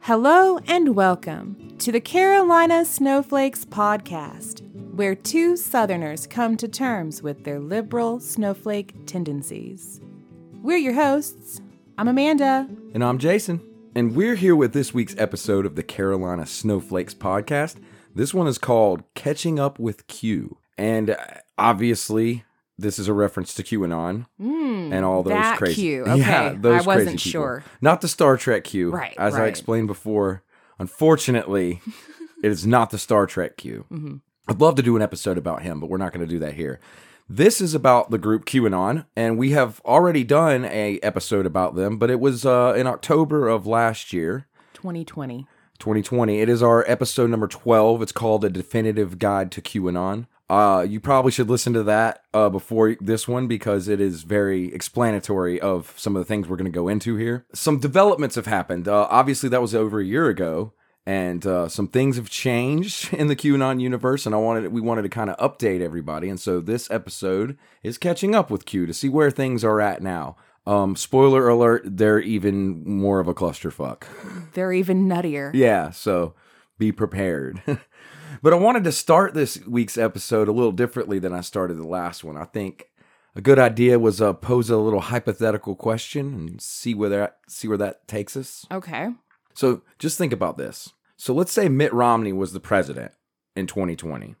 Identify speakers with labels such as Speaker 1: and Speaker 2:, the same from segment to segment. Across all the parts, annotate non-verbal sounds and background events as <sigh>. Speaker 1: Hello and welcome to the Carolina Snowflakes Podcast, where two Southerners come to terms with their liberal snowflake tendencies. We're your hosts. I'm Amanda.
Speaker 2: And I'm Jason. And we're here with this week's episode of the Carolina Snowflakes podcast. This one is called Catching Up with Q. And uh, obviously, this is a reference to QAnon and all those
Speaker 1: Hmm, that
Speaker 2: crazy. <laughs>
Speaker 1: Q. Okay. I wasn't sure.
Speaker 2: Not the Star Trek Q.
Speaker 1: Right,
Speaker 2: As I
Speaker 1: right.
Speaker 2: explained before,
Speaker 1: <laughs>
Speaker 2: unfortunately, it is not the Star Trek Q.
Speaker 1: Mm-hmm.
Speaker 2: would love to do an episode about him, but we're not going to do that here. This is about the group QAnon, and we have already done a episode about them, but it was uh, in October of last year.
Speaker 1: 2020.
Speaker 2: 2020. It is our episode number 12. It's called A Definitive Guide to QAnon. Uh, you probably should listen to that uh, before this one because it is very explanatory of some of the things we're going to go into here. Some developments have happened. Uh, obviously, that was over a year ago, and uh, some things have changed <laughs> in the QAnon universe. And I wanted we wanted to kind of update everybody, and so this episode is catching up with Q to see where things are at now. Um, spoiler alert: they're even more of a clusterfuck.
Speaker 1: They're even nuttier.
Speaker 2: <laughs> Yeah, so be prepared. <laughs> but I wanted to start this week's episode a little differently than I started the last one. I think a good idea was uh, pose a little hypothetical question and see where that see where that takes us.
Speaker 1: Okay.
Speaker 2: So just think about this. So let's say Mitt Romney was the president in 2020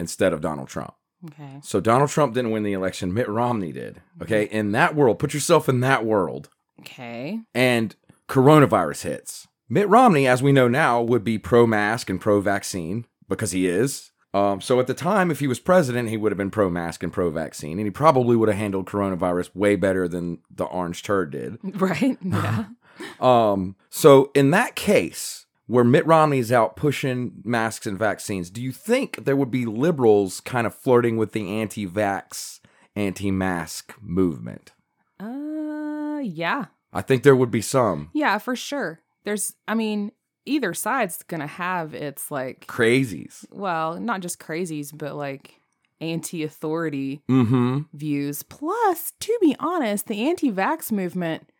Speaker 2: instead of Donald Trump.
Speaker 1: Okay.
Speaker 2: So Donald Trump didn't win the election, Mitt Romney did. Okay, in that world, put yourself in that world
Speaker 1: Okay. <laughs>
Speaker 2: and coronavirus hits. Mitt Romney, as we know now, would be pro mask and pro vaccine because he is. Um, so at the time, if he was president, he would have been pro mask and pro vaccine, and he probably would have handled coronavirus way better than the orange turd did.
Speaker 1: Right. Yeah.
Speaker 2: Um, so in that case, where Mitt Romney's out pushing masks and vaccines, do you think there would be liberals kind of flirting with the anti vax, anti mask movement?
Speaker 1: uh, yeah.
Speaker 2: I think there would be some.
Speaker 1: Yeah, for sure. There's, I mean, either side's going to have its like
Speaker 2: Crazies.
Speaker 1: well, not just crazies, but like anti authority
Speaker 2: Mm hmm.
Speaker 1: views. Plus, to be honest, the anti vax movement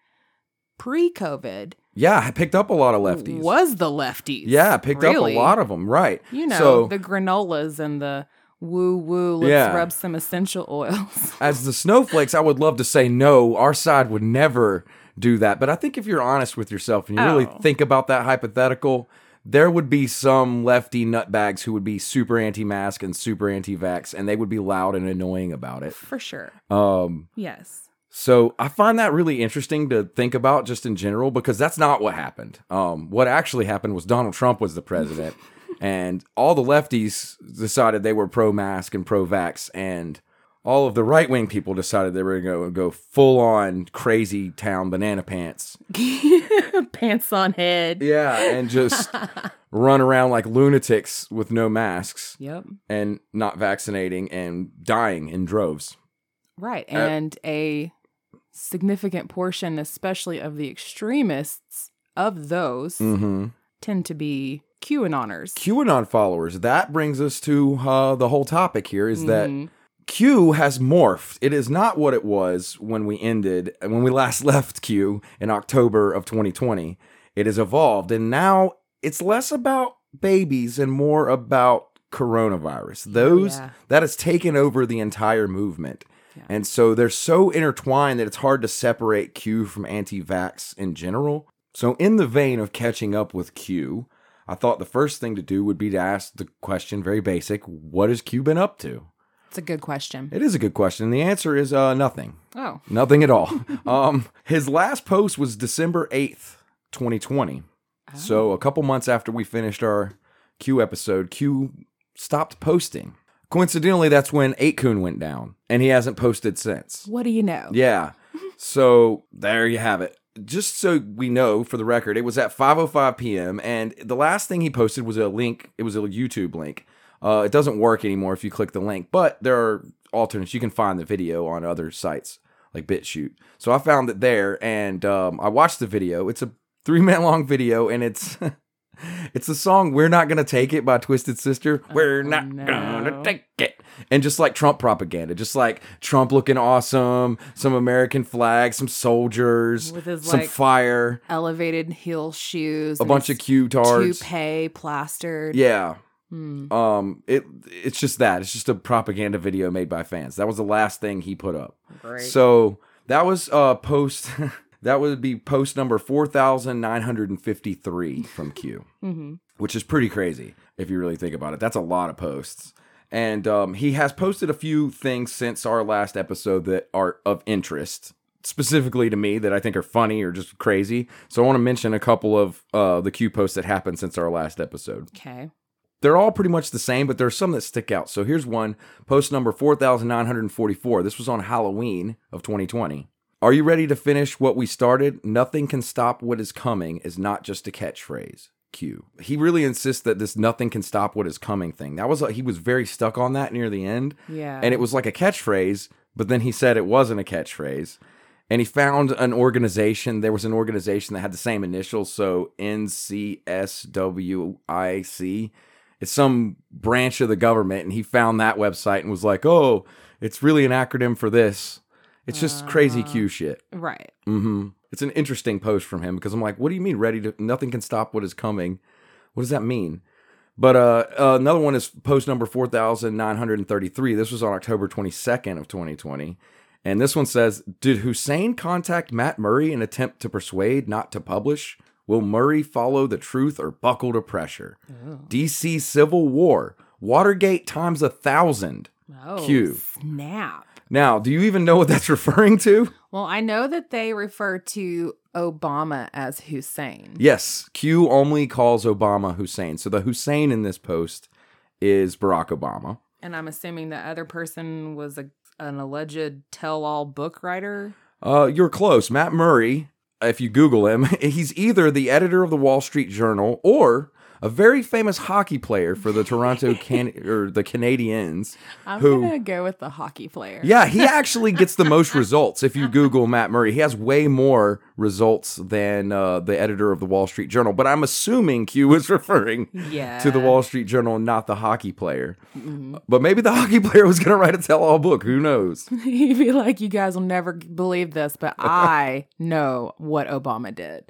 Speaker 1: pre COVID
Speaker 2: Yeah, I picked up a lot of lefties.
Speaker 1: was the lefties.
Speaker 2: Yeah, I picked
Speaker 1: Really.
Speaker 2: up a lot of them. Right.
Speaker 1: You know,
Speaker 2: So
Speaker 1: the granolas and the woo woo, let's
Speaker 2: Yeah.
Speaker 1: rub some essential oils. <laughs>
Speaker 2: as the snowflakes, I would love to say no. Our side would never do that. But I think if you're honest with yourself and you really
Speaker 1: Oh.
Speaker 2: think about that hypothetical, there would be some lefty nutbags who would be super anti-mask and super anti-vax, and they would be loud and annoying about it.
Speaker 1: for sure.
Speaker 2: Um,
Speaker 1: Yes. <laughs>
Speaker 2: So I find that really interesting to think about just in general because that's not what happened. Um, what actually happened was Donald Trump was the president, and all the lefties decided they were pro mask and pro vax, and all of the right wing people decided they were going to go full on crazy town banana pants.
Speaker 1: Pants on head.
Speaker 2: Yeah, <laughs> and just run around like lunatics with no masks
Speaker 1: Yep.
Speaker 2: and not vaccinating and dying in droves.
Speaker 1: Right.
Speaker 2: Uh,
Speaker 1: And a significant portion, especially of the extremists of those,
Speaker 2: Mm-hmm.
Speaker 1: tend to be QAnoners.
Speaker 2: QAnon followers. That brings us to uh, the whole topic here is that
Speaker 1: Mhm.
Speaker 2: Q has morphed. It is not what it was when we ended, when we <laughs> last left Q in October of 2020. It has evolved, and now it's less about babies and more about coronavirus. Those
Speaker 1: Oh, Yeah.
Speaker 2: that has taken over the entire movement.
Speaker 1: Yeah.
Speaker 2: And so they're so intertwined that it's hard to separate Q from anti vax in general. So, in the vein of catching up with Q, I thought the first thing to do would be to ask the question very basic what has Q been up to?
Speaker 1: It's a good question.
Speaker 2: It is a good question. The answer is uh, nothing.
Speaker 1: Oh,
Speaker 2: Nothing at all. um, his last post was December 8th, 2020. So, a couple months after we finished our Q episode, Q stopped posting. Coincidentally, that's when 8kun went down, and he hasn't posted since.
Speaker 1: what do you know?
Speaker 2: Yeah. So there you have it. Just so we know for the record, it was at 5:05 p.m. and the last thing he posted was a link. It was a YouTube link. Uh, it doesn't work anymore if you click the link, but there are alternates. You can find the video on other sites like BitChute. So I found it there, and um, I watched the video. It's a three <laughs> minute long video, and it's <laughs> it's the song "We're Not Gonna Take It" by Twisted Sister. We're not
Speaker 1: no.
Speaker 2: gonna take it. and just like Trump propaganda, just like Trump looking awesome, some American flag, some soldiers,
Speaker 1: With his,
Speaker 2: some
Speaker 1: like,
Speaker 2: fire,
Speaker 1: Elevated heel shoes.
Speaker 2: a bunch of Q-tards.
Speaker 1: toupee plastered.
Speaker 2: Yeah.
Speaker 1: Hmm.
Speaker 2: Um it it's just that. It's just a propaganda video made by fans. That was the last thing he put up.
Speaker 1: Great.
Speaker 2: So that was uh post <laughs> that would be post number 4953 from Q,
Speaker 1: hmm
Speaker 2: which is pretty crazy if you really think about it. That's a lot of posts. And um, he has posted a few things since our last episode that are of interest, specifically to me, that I think are funny or just crazy. So I want to mention a couple of uh, the Q posts that happened since our last episode
Speaker 1: Okay.
Speaker 2: they're all pretty much the same, but there's some that stick out. So here's one post number 4944. This was on Halloween of 2020. Are you ready to finish what we started? Nothing can stop what is coming is not just a catchphrase. Q. He really insists that this nothing can stop what is coming thing. That was he was very stuck on that near the end
Speaker 1: Yeah.
Speaker 2: and it was like a catchphrase, but then he said it wasn't a catchphrase. And he found an organization. There was an organization that had the same initials, so NCSWIC. It's some branch of the government, and he found that website and was like, "Oh, it's really an acronym for this." It's just crazy Q shit.
Speaker 1: right.
Speaker 2: hmm It's an interesting post from him because I'm like, "What do you mean? Ready to? Nothing can stop what is coming. What does that mean?" But uh, uh, another one is post number 4,933. This was on October 22nd of 2020. And this one says, did Hussein contact Matt Murray in attempt to persuade not to publish? Will Murray follow the truth or buckle to pressure? DC Civil War, Watergate times a thousand.
Speaker 1: Oh,
Speaker 2: Q.
Speaker 1: snap.
Speaker 2: Now, do you even know what that's <laughs> referring to?
Speaker 1: Well, I know that they refer to Obama as Hussein.
Speaker 2: Yes, Q only calls Obama Hussein. So the Hussein in this post is Barack Obama.
Speaker 1: And I'm assuming the other person was a, an alleged tell all book writer.
Speaker 2: Uh, you're close. Matt Murray, if you Google him, <laughs> he's either the editor of the Wall Street Journal or a very famous hockey player for the Toronto Can or the Canadiens.
Speaker 1: I'm
Speaker 2: Who-
Speaker 1: going to go with the hockey player.
Speaker 2: Yeah, he actually gets the most results if you Google Matt Murray. He has way more results than uh, the editor of the Wall Street Journal. But I'm assuming Q is <laughs> referring
Speaker 1: Yeah. <laughs>
Speaker 2: to the Wall Street Journal, and not the hockey player.
Speaker 1: Mm-hmm.
Speaker 2: But maybe the <laughs> hockey player was going to write a tell-all book.
Speaker 1: <laughs>
Speaker 2: Who knows?
Speaker 1: He'd be like, you guys will never believe this,
Speaker 2: <laughs>
Speaker 1: but I know what Obama did.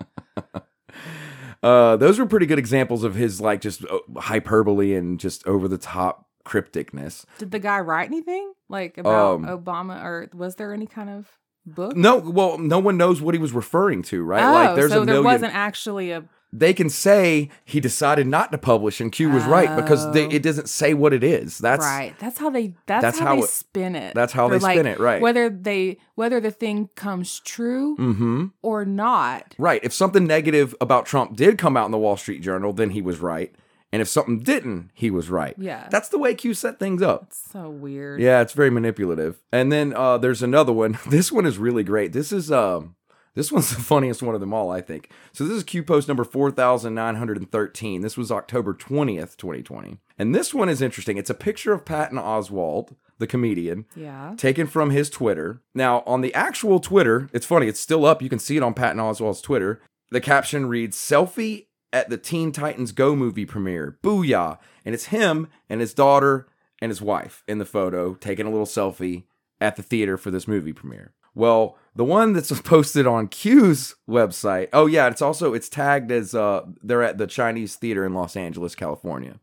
Speaker 2: Uh, those were pretty good examples of his like just uh, hyperbole and just over the top crypticness.
Speaker 1: Did the guy write anything like about
Speaker 2: Um,
Speaker 1: Obama or was there any kind of book?
Speaker 2: No, well, no one knows what he was referring to, right?
Speaker 1: oh,
Speaker 2: like there's
Speaker 1: so
Speaker 2: a
Speaker 1: there
Speaker 2: million.
Speaker 1: wasn't actually a.
Speaker 2: They can say he decided not to publish, and Q was right because they,
Speaker 1: Oh.
Speaker 2: it doesn't say what it is. That's
Speaker 1: right. That's how they. That's,
Speaker 2: that's
Speaker 1: how,
Speaker 2: how
Speaker 1: they
Speaker 2: it-
Speaker 1: spin it.
Speaker 2: that's how
Speaker 1: They're
Speaker 2: they spin it, right?
Speaker 1: Whether they whether the thing comes true
Speaker 2: Mm-hmm.
Speaker 1: or not.
Speaker 2: Right. If something negative about Trump did come out in the Wall Street Journal, then he was right. And if something didn't, he was right.
Speaker 1: Yeah.
Speaker 2: That's the way Q set things up.
Speaker 1: so weird.
Speaker 2: Yeah, it's very manipulative. And then uh, there's another one. <laughs> This one is really great. This is um, this one's <laughs> the funniest one of them all, I think. So this is Q post number four thousand nine hundred and thirteen. This was October twentieth, twenty twenty. And this one is interesting. It's a picture of Patton Oswald, the comedian,
Speaker 1: Yeah.
Speaker 2: taken from his Twitter. Now, on the actual Twitter, it's funny, it's still up. You can see it on Patton Oswald's Twitter. The caption reads Selfie at the Teen Titans Go movie premiere. Booyah. And it's him and his daughter and his wife in the photo taking a little selfie at the theater for this movie premiere. Well, the one that's <laughs> posted on Q's website. Oh yeah, it's also it's tagged as uh they're at the Chinese Theater in Los Angeles, California.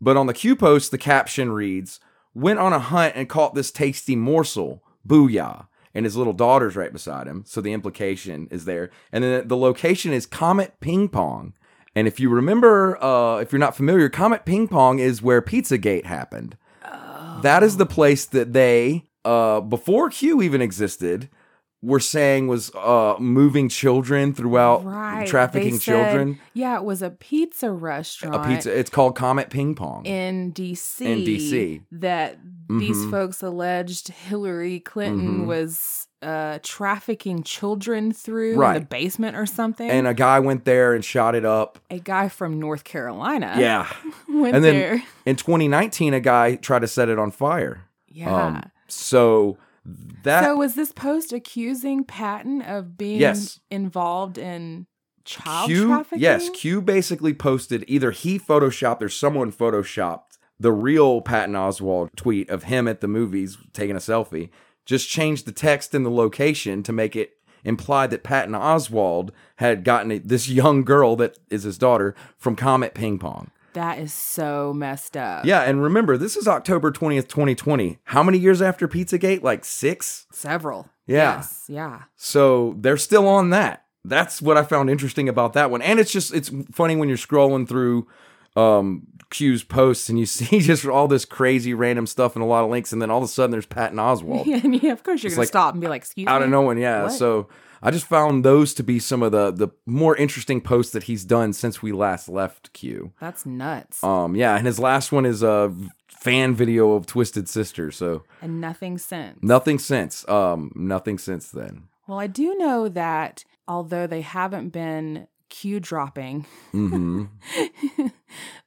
Speaker 2: But on the Q post, the caption reads, went on a hunt and caught this tasty morsel. Booyah. And his little daughter's right beside him. So the implication is there. And then the location is Comet Ping Pong. And if you remember, uh, if you're not familiar, Comet Ping Pong is where Pizzagate happened. That is
Speaker 1: Oh.
Speaker 2: the place that they, uh, before Q even existed, were saying was uh, moving children throughout
Speaker 1: Right.
Speaker 2: trafficking
Speaker 1: They said-
Speaker 2: children.
Speaker 1: Yeah, it was a pizza
Speaker 2: A
Speaker 1: restaurant.
Speaker 2: pizza. It's called Comet Ping Pong.
Speaker 1: in DC,
Speaker 2: In DC.
Speaker 1: that these
Speaker 2: Mhm.
Speaker 1: folks alleged Hillary Clinton
Speaker 2: Mhm.
Speaker 1: was uh, trafficking children through in the
Speaker 2: Right.
Speaker 1: basement or something.
Speaker 2: and a guy went there and shot it up.
Speaker 1: a guy from North Carolina
Speaker 2: Yeah.
Speaker 1: <laughs> went
Speaker 2: And then- um,
Speaker 1: there.
Speaker 2: In 2019, a guy tried to set it on fire. Um,
Speaker 1: Yeah.
Speaker 2: so that
Speaker 1: so was this post accusing Patton of being
Speaker 2: Yes.
Speaker 1: involved in child
Speaker 2: Q,
Speaker 1: trafficking?
Speaker 2: yes, Q basically posted either he photoshopped or someone photoshopped the real Patton Oswald tweet of him at the movies taking a selfie, just changed the text and the location to make it imply that Patton Oswald had gotten it- this young girl that is his daughter from Comet Ping Pong.
Speaker 1: That is so messed up.
Speaker 2: Yeah, and remember, this is October 20th, 2020. How many years after Pizzagate? Like six?
Speaker 1: Several.
Speaker 2: Yeah.
Speaker 1: Yes. Yeah. <laughs>
Speaker 2: So they're still on that. That's what I found interesting about that one. And it's just it's funny when you're scrolling through um Q's posts and you <laughs> see just all this crazy random stuff and a lot of links, and then all of a sudden there's Patton
Speaker 1: <laughs>
Speaker 2: Oswald
Speaker 1: yeah, yeah, of course you're going
Speaker 2: like,
Speaker 1: to stop and be like, excuse
Speaker 2: out
Speaker 1: me.
Speaker 2: of no one. Yeah.
Speaker 1: What?
Speaker 2: So I just found those to be some of the the more interesting posts that he's done since we last left Q.
Speaker 1: That's nuts.
Speaker 2: Um yeah, and his last one is a fan video of Twisted Sister. So
Speaker 1: and nothing since.
Speaker 2: nothing since. Um nothing since then.
Speaker 1: Well, I do know that although they haven't been cue dropping,
Speaker 2: Mhm.
Speaker 1: <laughs>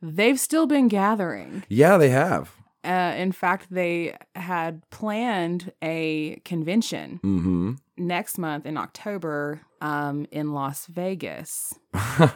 Speaker 1: they've still been gathering.
Speaker 2: yeah, they have.
Speaker 1: Uh, in fact, they had planned a convention
Speaker 2: Mhm.
Speaker 1: next month in October um, in Las Vegas <laughs>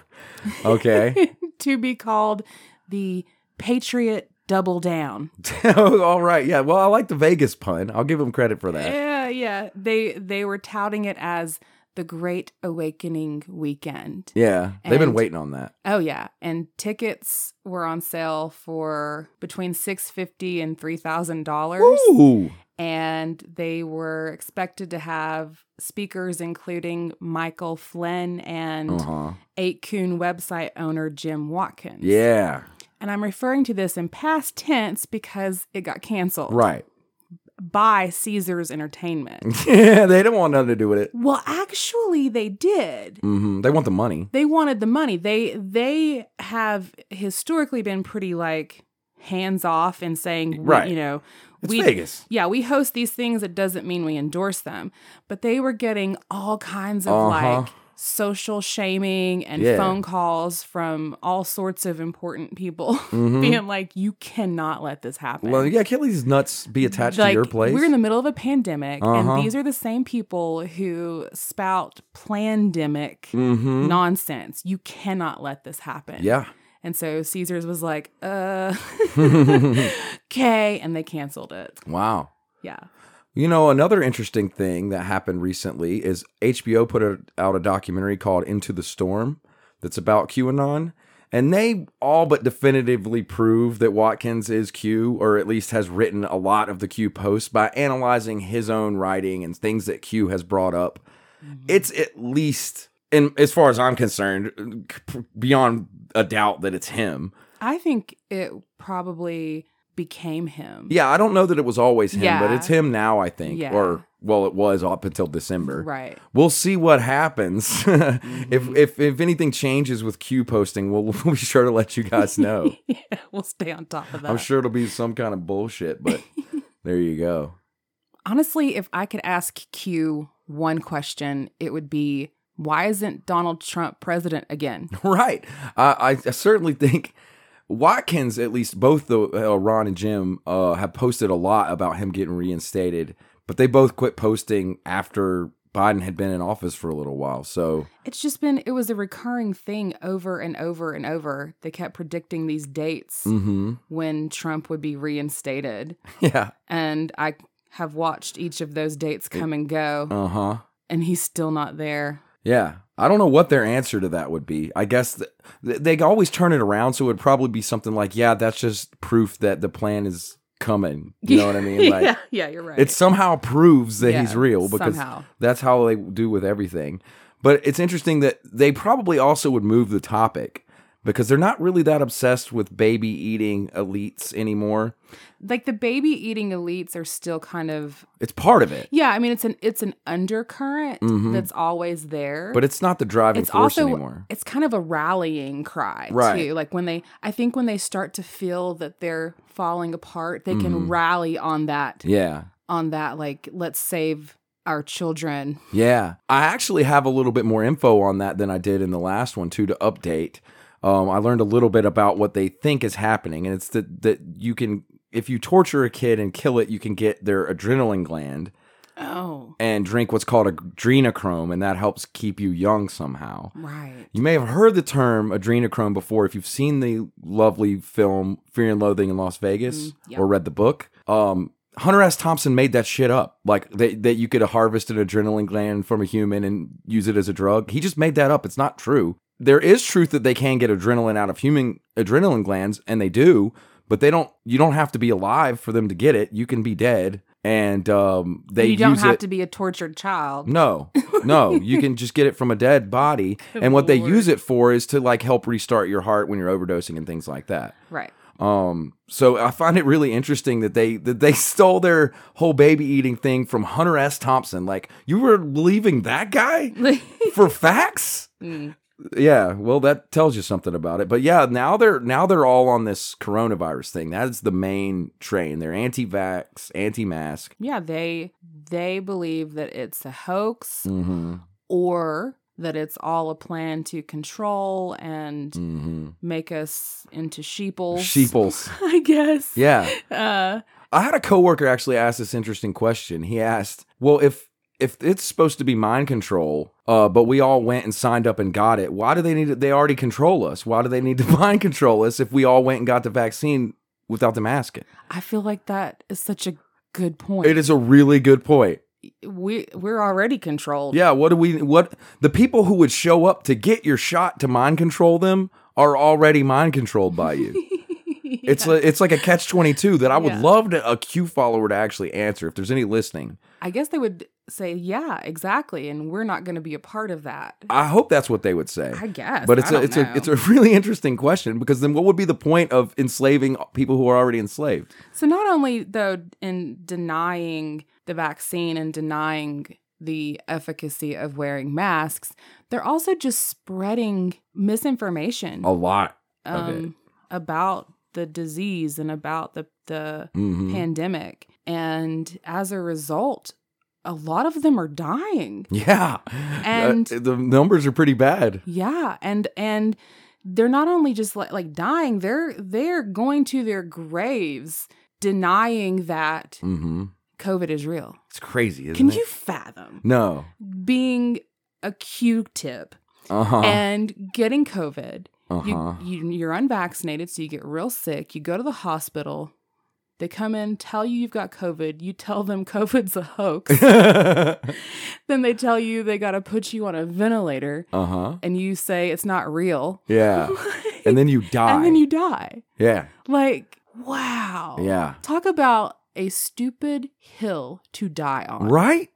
Speaker 2: Okay.
Speaker 1: to be called the Patriot Double Down.
Speaker 2: <laughs> All right. Yeah. Well, I like the Vegas pun. I'll give him credit for that.
Speaker 1: Yeah, yeah. They they were touting it as the Great Awakening weekend.
Speaker 2: Yeah. They've been
Speaker 1: And-
Speaker 2: waiting on that.
Speaker 1: Oh yeah, and tickets were on sale for between six fifty and three thousand dollars,
Speaker 2: Ooh.
Speaker 1: and they were expected to have speakers including Michael Flynn and
Speaker 2: Uh huh.
Speaker 1: Eight Coon website owner Jim Watkins.
Speaker 2: Yeah.
Speaker 1: and I'm referring to this in past tense because it got canceled
Speaker 2: Right. <laughs>
Speaker 1: by Caesar's Entertainment.
Speaker 2: Yeah. They don't want nothing to do with it.
Speaker 1: well, actually, they did.
Speaker 2: hmm They want the money.
Speaker 1: they wanted the money they they have historically been pretty like hands off in saying we-
Speaker 2: Right.
Speaker 1: you know
Speaker 2: It's
Speaker 1: we
Speaker 2: Vegas.
Speaker 1: yeah we host these things it doesn't mean we endorse them but they were getting all kinds of
Speaker 2: Uh-huh.
Speaker 1: like social shaming and
Speaker 2: Yeah.
Speaker 1: phone calls from all sorts of important people <laughs>
Speaker 2: Hmm.
Speaker 1: being like you cannot let this happen
Speaker 2: Mm-hmm. Well, yeah. Can't let these nuts be attached to your place.
Speaker 1: we're in the middle of a pandemic,
Speaker 2: Uh-huh.
Speaker 1: and these are the same people who spout plandemic
Speaker 2: hmm
Speaker 1: nonsense. You cannot let this happen.
Speaker 2: Yeah.
Speaker 1: And so Caesars was like,
Speaker 2: <laughs>
Speaker 1: uh, <laughs> okay. And they canceled it.
Speaker 2: Wow.
Speaker 1: Yeah.
Speaker 2: You know, another interesting thing that happened recently is HBO put a, out a documentary called Into the Storm that's about QAnon. And they all but definitively prove that Watkins is Q, or at least has written a lot of the Q posts by analyzing his own writing and things that Q has brought up.
Speaker 1: Mm-hmm.
Speaker 2: It's at least, in, as far as I'm concerned, beyond a doubt that it's him.
Speaker 1: I think it probably became him.
Speaker 2: Yeah, I don't know that it was always him, but
Speaker 1: Yeah.
Speaker 2: it's him now, I think.
Speaker 1: Yeah.
Speaker 2: Or, well, it was up until December.
Speaker 1: Right. <laughs>
Speaker 2: We'll see what happens. <laughs> if, if if anything changes with Q posting, we'll, <laughs> we'll be sure to let you guys know.
Speaker 1: yeah. We'll stay on top of that.
Speaker 2: Oh. I'm sure it'll be some kind of bullshit, but there you go. <laughs>
Speaker 1: Honestly, if I could ask Q one question, it would be why isn't Donald Trump president again?
Speaker 2: Right. I, I, I certainly think Watkins, at least both the uh, Ron and Jim, uh, have posted a lot about him getting reinstated, but they both quit posting after Biden had been in office for a little while. So
Speaker 1: It's just been, it was a recurring thing over and over and over. They kept predicting these dates
Speaker 2: mhm.
Speaker 1: when Trump would be reinstated.
Speaker 2: <laughs> yeah.
Speaker 1: and I have watched each of those dates come and go,
Speaker 2: Uh huh.
Speaker 1: and he's still not there.
Speaker 2: Yeah. I don't know what their answer to that would be. I guess th- th- they always turn it around. So it would probably be something like, yeah, that's just proof that the plan is coming. You know what I mean?
Speaker 1: <laughs>
Speaker 2: Like,
Speaker 1: yeah, yeah, you're right.
Speaker 2: It somehow proves that he's
Speaker 1: Yeah,
Speaker 2: real because
Speaker 1: somehow.
Speaker 2: that's how they do with everything. But it's interesting that they probably also would move the topic because they're not really that obsessed with baby eating elites anymore.
Speaker 1: like the baby eating elites are still kind of
Speaker 2: It's part of it,
Speaker 1: yeah. I mean, it's an it's an undercurrent that's always there,
Speaker 2: Mm-hmm. but it's not the driving
Speaker 1: it's
Speaker 2: force
Speaker 1: also
Speaker 2: anymore.
Speaker 1: it's kind of a rallying cry
Speaker 2: Right.
Speaker 1: too. Like when they, I think when they start to feel that they're falling apart, they
Speaker 2: Mm-hmm.
Speaker 1: can rally on that
Speaker 2: Yeah.
Speaker 1: on that like let's save our children.
Speaker 2: Yeah. I actually have a little bit more info on that than I did in the last one, too, to update. Um, I learned a little bit about what they think is happening, and it's that, that you can, if you torture a kid and kill it, you can get their adrenaline gland.
Speaker 1: Oh,
Speaker 2: and drink what's called adrenochrome, and that helps keep you young somehow.
Speaker 1: Right.
Speaker 2: You may have heard the term adrenochrome before if you've seen the lovely film Fear and Loathing in Las Vegas
Speaker 1: Mm, yeah.
Speaker 2: or read the book. Um, Hunter S. Thompson made that shit up, like that, that you could harvest an adrenaline gland from a human and use it as a drug. He just made that up. It's not true. There is truth that they can get adrenaline out of human adrenaline glands, and they do, but they don't. You don't have to be alive for them to get it. You can be dead, and um, they
Speaker 1: you don't
Speaker 2: use
Speaker 1: have
Speaker 2: it. Mm.
Speaker 1: to be a tortured child.
Speaker 2: No, no, you can just get it from a
Speaker 1: <laughs>
Speaker 2: dead body. and what they
Speaker 1: lord.
Speaker 2: use it for is to like help restart your heart when you're overdosing and things like that.
Speaker 1: Right. <laughs>
Speaker 2: Um, so I find it really interesting that they that they <laughs> stole their whole baby eating thing from Hunter S. Thompson. Like you were leaving that guy
Speaker 1: <laughs>
Speaker 2: for facts.
Speaker 1: Mm.
Speaker 2: Yeah, well, that tells you something about it. But yeah, now they're now they're all on this coronavirus thing. That is the main train. They're anti-vax, anti-mask.
Speaker 1: yeah, they they believe that it's a hoax
Speaker 2: Mm-hmm.
Speaker 1: or that it's all a plan to control and
Speaker 2: Mm-hmm.
Speaker 1: make us into sheeples.
Speaker 2: Sheeples.
Speaker 1: <laughs> I guess.
Speaker 2: Yeah.
Speaker 1: Uh,
Speaker 2: I had a coworker actually ask this interesting question. He asked, "Well, if if it's supposed to be mind control, uh, but we all went and signed up and got it, why do they need to, they already control us? Why do they need to <laughs> mind control us if we all went and got the vaccine without the mask? It?
Speaker 1: I feel like that is such a good point.
Speaker 2: it is a really good point.
Speaker 1: We we're already controlled. <laughs>
Speaker 2: Yeah, what do we what the people who would show up to get your shot to mind control them are already mind controlled by you.
Speaker 1: <laughs>
Speaker 2: It's
Speaker 1: Yeah.
Speaker 2: like it's like a catch twenty two that I would
Speaker 1: Yeah.
Speaker 2: love to, a Q follower to actually answer if there's any listening.
Speaker 1: I guess they would say, yeah, exactly, and we're not going to be a part of that.
Speaker 2: I hope that's what they would say.
Speaker 1: I guess,
Speaker 2: But it's
Speaker 1: I
Speaker 2: a
Speaker 1: don't
Speaker 2: it's
Speaker 1: know.
Speaker 2: a it's a really interesting question because then what would be the point of enslaving people who are already enslaved?
Speaker 1: So not only though in denying the vaccine and denying the efficacy of wearing masks, they're also just spreading misinformation um,
Speaker 2: lot. of it.
Speaker 1: about the disease and about the the
Speaker 2: hmm
Speaker 1: pandemic. And as a result, a lot of them are dying.
Speaker 2: Yeah,
Speaker 1: And-
Speaker 2: Uh, the numbers are pretty bad.
Speaker 1: Yeah, and and they're not only just like, like dying, they're they're going to their graves denying that
Speaker 2: hmm
Speaker 1: COVID is real.
Speaker 2: It's crazy, isn't
Speaker 1: Can
Speaker 2: it?
Speaker 1: you fathom
Speaker 2: No.
Speaker 1: being a Q-tip
Speaker 2: Uh huh.
Speaker 1: and getting COVID?
Speaker 2: Uh
Speaker 1: You,
Speaker 2: huh.
Speaker 1: <laughs>
Speaker 2: <laughs>
Speaker 1: you you're unvaccinated, so you get real sick. You go to the hospital. They come in, tell you you've got COVID. You tell them <laughs> COVID's a hoax.
Speaker 2: <laughs> uh
Speaker 1: then they tell you they got to put you on a ventilator,
Speaker 2: huh.
Speaker 1: and you say it's not real.
Speaker 2: Uh-huh.
Speaker 1: <laughs>
Speaker 2: Yeah, and then you die.
Speaker 1: and then you Oh. die.
Speaker 2: yeah,
Speaker 1: Like wow.
Speaker 2: yeah.
Speaker 1: Talk about a stupid hill to die on.
Speaker 2: Right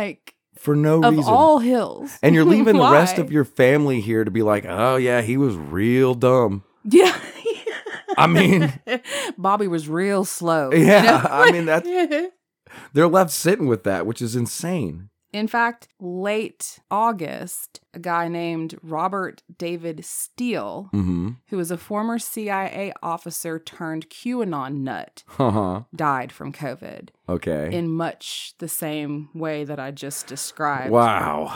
Speaker 1: Like
Speaker 2: for no
Speaker 1: of
Speaker 2: reason.
Speaker 1: all hills. <laughs>
Speaker 2: and you're leaving the rest
Speaker 1: Why?
Speaker 2: of your family here to be like, oh yeah, he was real dumb.
Speaker 1: Yeah.
Speaker 2: I mean,
Speaker 1: <laughs>
Speaker 2: <laughs>
Speaker 1: Bobby was real slow. you <laughs>
Speaker 2: yeah,
Speaker 1: know?
Speaker 2: I mean <laughs> that's they're left sitting with that, which is insane.
Speaker 1: <laughs> In fact, late August, a guy named Robert David Steele,
Speaker 2: Mm-hmm.
Speaker 1: who was a former CIA officer turned QAnon nut,
Speaker 2: Uh-huh.
Speaker 1: died from COVID
Speaker 2: Okay.
Speaker 1: in much the same way that I just described.
Speaker 2: Wow.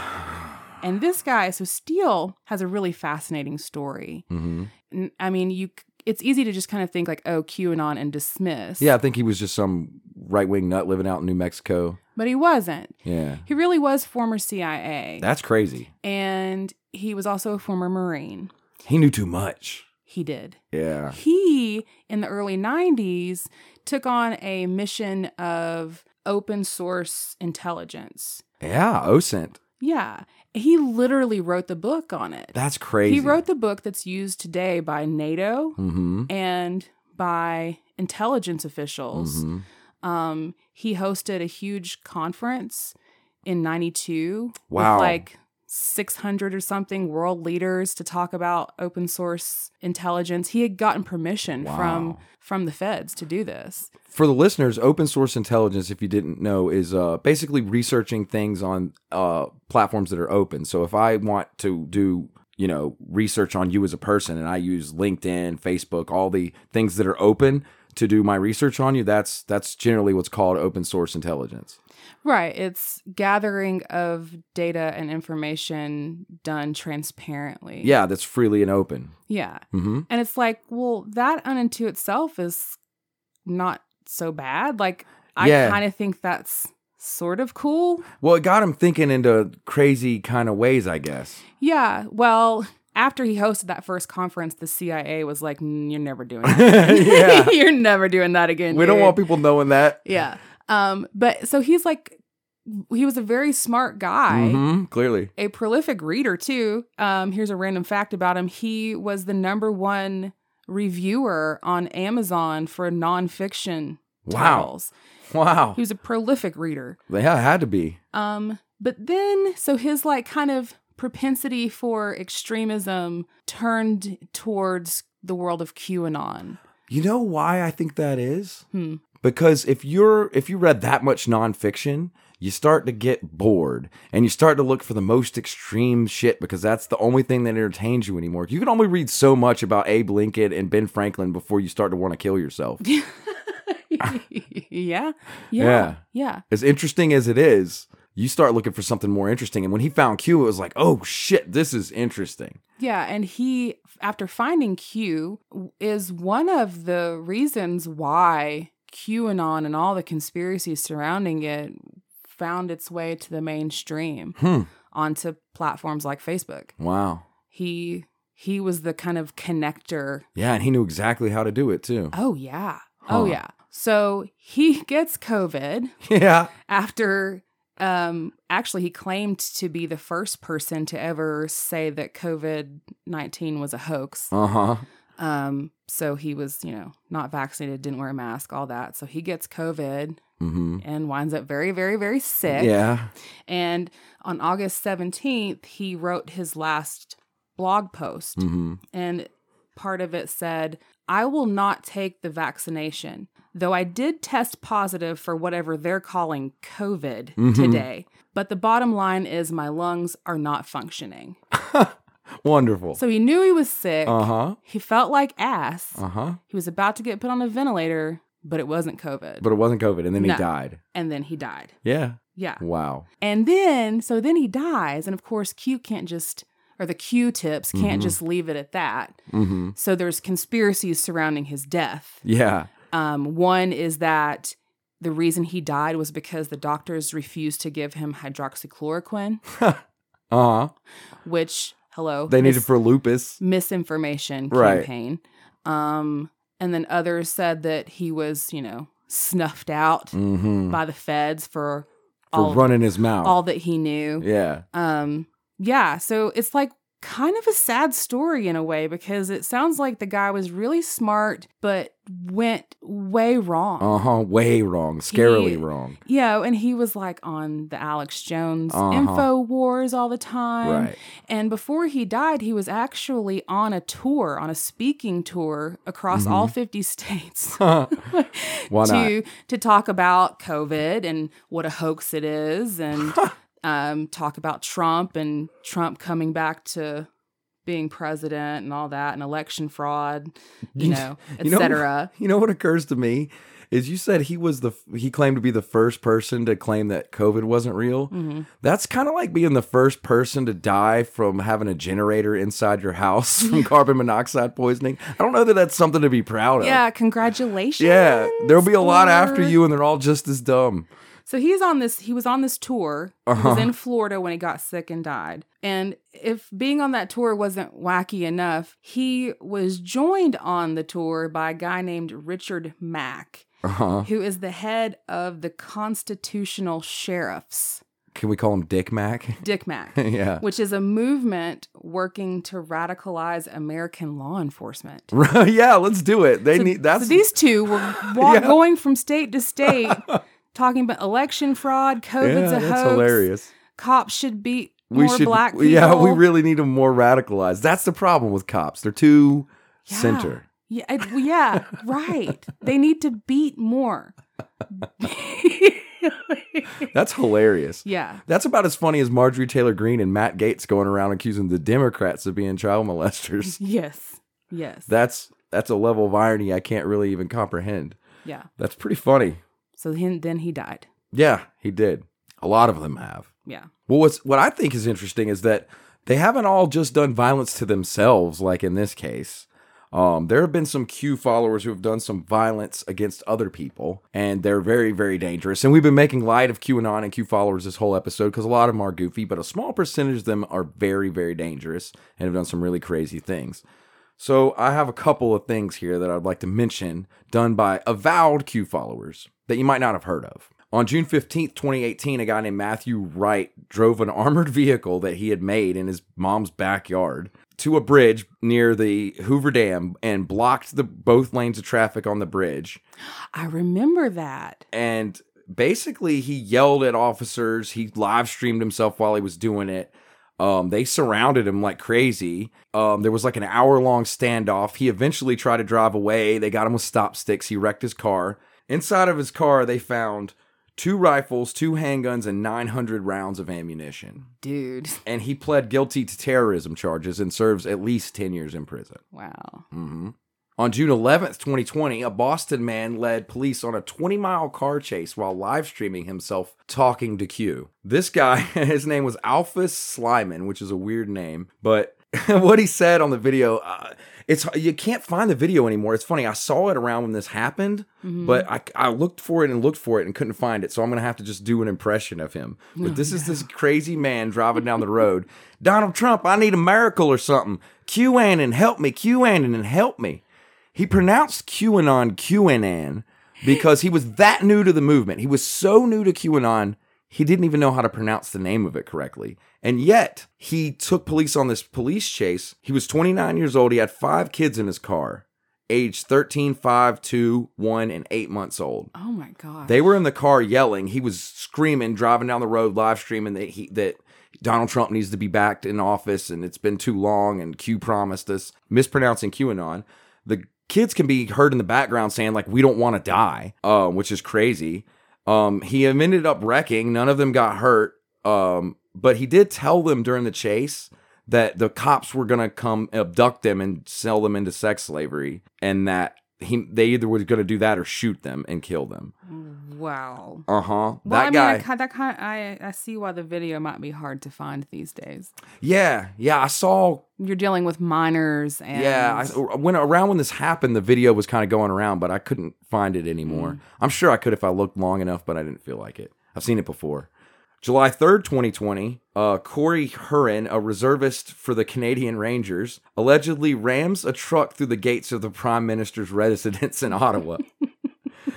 Speaker 1: And this guy, so Steele has a really fascinating story.
Speaker 2: hmm
Speaker 1: N- I mean, you c- it's easy to just kind of think like, oh, QAnon and dismiss.
Speaker 2: Yeah, I think he was just some right wing nut living out in New Mexico.
Speaker 1: But he wasn't.
Speaker 2: Yeah.
Speaker 1: He really was former CIA.
Speaker 2: That's crazy.
Speaker 1: and he was also a former Marine.
Speaker 2: He knew too much.
Speaker 1: He did.
Speaker 2: Yeah.
Speaker 1: He, in the early 90s, took on a mission of open source intelligence.
Speaker 2: Yeah. OSINT.
Speaker 1: Yeah. He literally wrote the book on it.
Speaker 2: That's crazy.
Speaker 1: He wrote the book that's used today by NATO
Speaker 2: Mm-hmm.
Speaker 1: and by intelligence officials.
Speaker 2: hmm
Speaker 1: Um, he hosted a huge conference in 92
Speaker 2: Wow.
Speaker 1: with like 600 or something world leaders to talk about open source intelligence. He had gotten permission
Speaker 2: Wow.
Speaker 1: from from the feds to do this.
Speaker 2: For the listeners, open source intelligence, if you didn't know, is uh, basically researching things on uh, platforms that are open. So if I want to do, you know, research on you as a person and I use LinkedIn, Facebook, all the things that are open to do my research on you, that's that's generally what's called open source intelligence.
Speaker 1: Right, it's gathering of data and information done transparently.
Speaker 2: Yeah, that's freely and open.
Speaker 1: Yeah.
Speaker 2: hmm
Speaker 1: And it's like, well, that unto itself is not so bad. Like I
Speaker 2: Yeah.
Speaker 1: kind of think that's sort of cool.
Speaker 2: Well, it got him thinking into crazy kind of ways, I guess. <laughs>
Speaker 1: Yeah. Well, after he hosted that first conference, the CIA was like, "Mm, "You're never doing that. again. <laughs>
Speaker 2: <laughs> Yeah.
Speaker 1: You're never doing that again."
Speaker 2: We don't
Speaker 1: dude."
Speaker 2: want people knowing that.
Speaker 1: Yeah. Um. But so he's like, he was a very smart guy.
Speaker 2: Mhm, clearly.
Speaker 1: a prolific reader too. Um, here's a random fact about him: he was the number one reviewer on Amazon for nonfiction
Speaker 2: Wow.
Speaker 1: titles.
Speaker 2: Wow.
Speaker 1: He was a prolific reader.
Speaker 2: Yeah, it had to be.
Speaker 1: Um, but then, so his like kind of propensity for extremism turned towards the world of QAnon. <laughs>
Speaker 2: You know why I think that is?
Speaker 1: Hmm.
Speaker 2: Because if you're if you read that much nonfiction, you start to get bored and you start to look for the most extreme shit because that's the only thing that entertains you anymore. You can only read so much about Abe Lincoln and Ben Franklin before you start to want to kill yourself.
Speaker 1: <laughs> yeah, yeah,
Speaker 2: Yeah.
Speaker 1: yeah, yeah.
Speaker 2: as interesting as it is, you start looking for something more interesting. And when he found Q, it was like, oh shit, this is interesting.
Speaker 1: Yeah, and he, after finding Q, w- is one of the reasons why QAnon and all the conspiracies surrounding it found its way to the mainstream
Speaker 2: Hmm.
Speaker 1: onto platforms like Facebook.
Speaker 2: Wow.
Speaker 1: He he was the kind of connector.
Speaker 2: Yeah, and he knew exactly how to do it too.
Speaker 1: Oh yeah.
Speaker 2: Huh.
Speaker 1: Oh yeah. So he <laughs> gets COVID
Speaker 2: <laughs> yeah.
Speaker 1: after um actually he claimed to be the first person to ever say that COVID-19 was a hoax.
Speaker 2: Uh huh.
Speaker 1: Um, so he was, you know, not vaccinated, didn't wear a mask, all that. So he gets COVID
Speaker 2: Mm-hmm.
Speaker 1: and winds up very, very, very sick.
Speaker 2: Yeah.
Speaker 1: And on August 17th, he wrote his last blog post.
Speaker 2: Mm-hmm.
Speaker 1: And part of it said, I will not take the vaccination, though I did test positive for whatever they're calling COVID
Speaker 2: Mhm.
Speaker 1: today. But the bottom line is, my lungs are not functioning.
Speaker 2: Wonderful.
Speaker 1: So he knew he was sick.
Speaker 2: Uh huh.
Speaker 1: He felt like ass.
Speaker 2: Uh huh.
Speaker 1: He was about to get put on a ventilator, but it wasn't COVID.
Speaker 2: But it wasn't COVID, and then
Speaker 1: No. Ah.
Speaker 2: he died.
Speaker 1: and then he died.
Speaker 2: Yeah.
Speaker 1: Yeah.
Speaker 2: Wow.
Speaker 1: And then, so then he dies. And of course, Q can't just, or the Q tips can't
Speaker 2: Mhm.
Speaker 1: just leave it at that.
Speaker 2: Mm-hmm.
Speaker 1: So there's conspiracies surrounding his death.
Speaker 2: Yeah.
Speaker 1: Um, one is that the reason he died was because the doctors refused to give him hydroxychloroquine,
Speaker 2: Uh huh.
Speaker 1: which, hello,
Speaker 2: They
Speaker 1: mis-
Speaker 2: needed for lupus.
Speaker 1: misinformation
Speaker 2: Right.
Speaker 1: campaign. Um, and then others said that he was, you know, snuffed out
Speaker 2: Mm-hmm.
Speaker 1: by the feds for
Speaker 2: For
Speaker 1: all,
Speaker 2: running his mouth.
Speaker 1: all that he knew.
Speaker 2: yeah.
Speaker 1: Um, yeah, so it's like kind of a sad story in a way because it sounds like the guy was really smart but went way wrong.
Speaker 2: Uh huh. Way wrong. Scarily
Speaker 1: He-
Speaker 2: wrong.
Speaker 1: Yeah, and he was like on the Alex Jones
Speaker 2: Uh-huh.
Speaker 1: info wars all the time.
Speaker 2: Right.
Speaker 1: And before he died, he was actually on a tour, on a speaking tour across all 50 states.
Speaker 2: Mm-hmm. <laughs> Why
Speaker 1: <laughs>
Speaker 2: not?
Speaker 1: to to talk about COVID and what a hoax it is,
Speaker 2: <laughs>
Speaker 1: and um, talk about Trump and Trump coming back to being president and all that, and election fraud, you
Speaker 2: You-
Speaker 1: know,
Speaker 2: <laughs> you know-
Speaker 1: etc.
Speaker 2: You know what occurs to me is you said he was the he claimed to be the first person to claim that COVID wasn't real.
Speaker 1: Mm-hmm.
Speaker 2: That's kind of like being the first person to die from having a generator inside your house <laughs> from carbon monoxide poisoning. I don't know that that's something to be proud of.
Speaker 1: Yeah, congratulations.
Speaker 2: Yeah, there'll be a lot after
Speaker 1: for-
Speaker 2: you, and they're all just as dumb.
Speaker 1: So he's on this. He was on this tour. He
Speaker 2: Uh-huh.
Speaker 1: was in Florida when he got sick and died. And if being on that tour wasn't wacky enough, he was joined on the tour by a guy named Richard Mack.
Speaker 2: Uh huh.
Speaker 1: who is the head of the Constitutional Sheriffs,
Speaker 2: Can we call him Dick Mac? <laughs>
Speaker 1: Dick Mac,
Speaker 2: yeah. <laughs>
Speaker 1: which is a movement working to radicalize American law enforcement.
Speaker 2: yeah, let's do it. They need that's
Speaker 1: So these two
Speaker 2: <laughs>
Speaker 1: were wa- going from state to state talking about election fraud,
Speaker 2: yeah,
Speaker 1: COVID's a
Speaker 2: that's
Speaker 1: hoax,
Speaker 2: hilarious.
Speaker 1: cops should beat
Speaker 2: we
Speaker 1: more
Speaker 2: should
Speaker 1: black people.
Speaker 2: yeah we really need them more radicalized that's the problem with cops they're too
Speaker 1: Yeah.
Speaker 2: center
Speaker 1: Yeah, I- well, yeah, right. They need to beat more. <laughs>
Speaker 2: that's hilarious
Speaker 1: yeah.
Speaker 2: that's about as funny as marjorie taylor green and matt gates going around accusing the democrats of being child molesters
Speaker 1: <laughs> Yes. Yes.
Speaker 2: that's that's a level of irony i can't really even comprehend
Speaker 1: yeah.
Speaker 2: that's pretty funny
Speaker 1: So then, then he died.
Speaker 2: yeah he did a lot of them have
Speaker 1: Yeah.
Speaker 2: well what's what i think is interesting is that they haven't all just done violence to themselves like in this case Um, there have been some Q followers who have done some violence against other people, and they're very, very dangerous. And we've been making light of QAnon and Q followers this whole episode because a lot of them are goofy, but a small percentage of them are very, very dangerous and have done some really crazy things. So I have a couple of things here that I'd like to mention done by avowed Q followers that you might not have heard of. On June 15th, 2018, a guy named Matthew Wright drove an <laughs> armored vehicle that he had made in his mom's backyard to a bridge near the Hoover Dam and blocked the both lanes of traffic on the bridge
Speaker 1: I remember that.
Speaker 2: and basically he yelled at officers he live streamed himself while he was doing it um, they surrounded him like crazy um, there was like an hour long standoff he eventually tried to drive away they got him with stop sticks he wrecked his car inside of his car they found two rifles two handguns and 900 rounds of ammunition
Speaker 1: Dude.
Speaker 2: and he pled guilty to terrorism charges and serves at least 10 years in prison
Speaker 1: Wow.
Speaker 2: hmm On June 11th, 2020, a Boston man led police on a 20 mile car chase while live streaming himself talking to Q. This guy, <laughs> his name was Alphys Slyman, which is a weird name, but <laughs> what he said on the video, uh, it's you can't find the video anymore. It's funny, I saw it around when this happened, but I, I looked for it and looked for it and couldn't find it. So I'm gonna have to just do an impression of him. But this is this crazy man driving down the road. Donald Trump, I need a miracle or something. QAnon, help me. QAnon, and help me. He pronounced QAnon QAnon because he was that new to the movement. He was so new to QAnon, he didn't even know how to pronounce the name of it correctly. And yet, he took police on this police chase. He was 29 years old. He had five kids in his car, aged 13, 5, 2, 1, and 8 months old.
Speaker 1: Oh my God.
Speaker 2: They were in the car yelling. He was screaming, driving down the road, live streaming that he that Donald Trump needs to be back in office and it's been too long and Q promised us, mispronouncing QAnon. The kids can be heard in the background saying like, "We don't want to die," uh, which is crazy. Um, he ended up wrecking. None of them got hurt, um, but he did tell them during the chase that the cops were gonna come abduct them and sell them into sex slavery, and that he they either was gonna do that or shoot them and kill them.
Speaker 1: wow.
Speaker 2: Uh huh.
Speaker 1: Well,
Speaker 2: that
Speaker 1: I mean,
Speaker 2: guy.
Speaker 1: I, ki- that kind I, I see why the video might be hard to find these days.
Speaker 2: yeah, yeah. I saw.
Speaker 1: You're dealing with minors and
Speaker 2: Yeah, I, when around when this happened, the video was kind of going around, but I couldn't find it anymore. I'm sure I could if I looked long enough, but I didn't feel like it. I've seen it before. July 3rd, 2020, uh, Corey Huron, a reservist for the Canadian Rangers, allegedly rams a truck through the gates of the Prime Minister's <laughs> residence in Ottawa.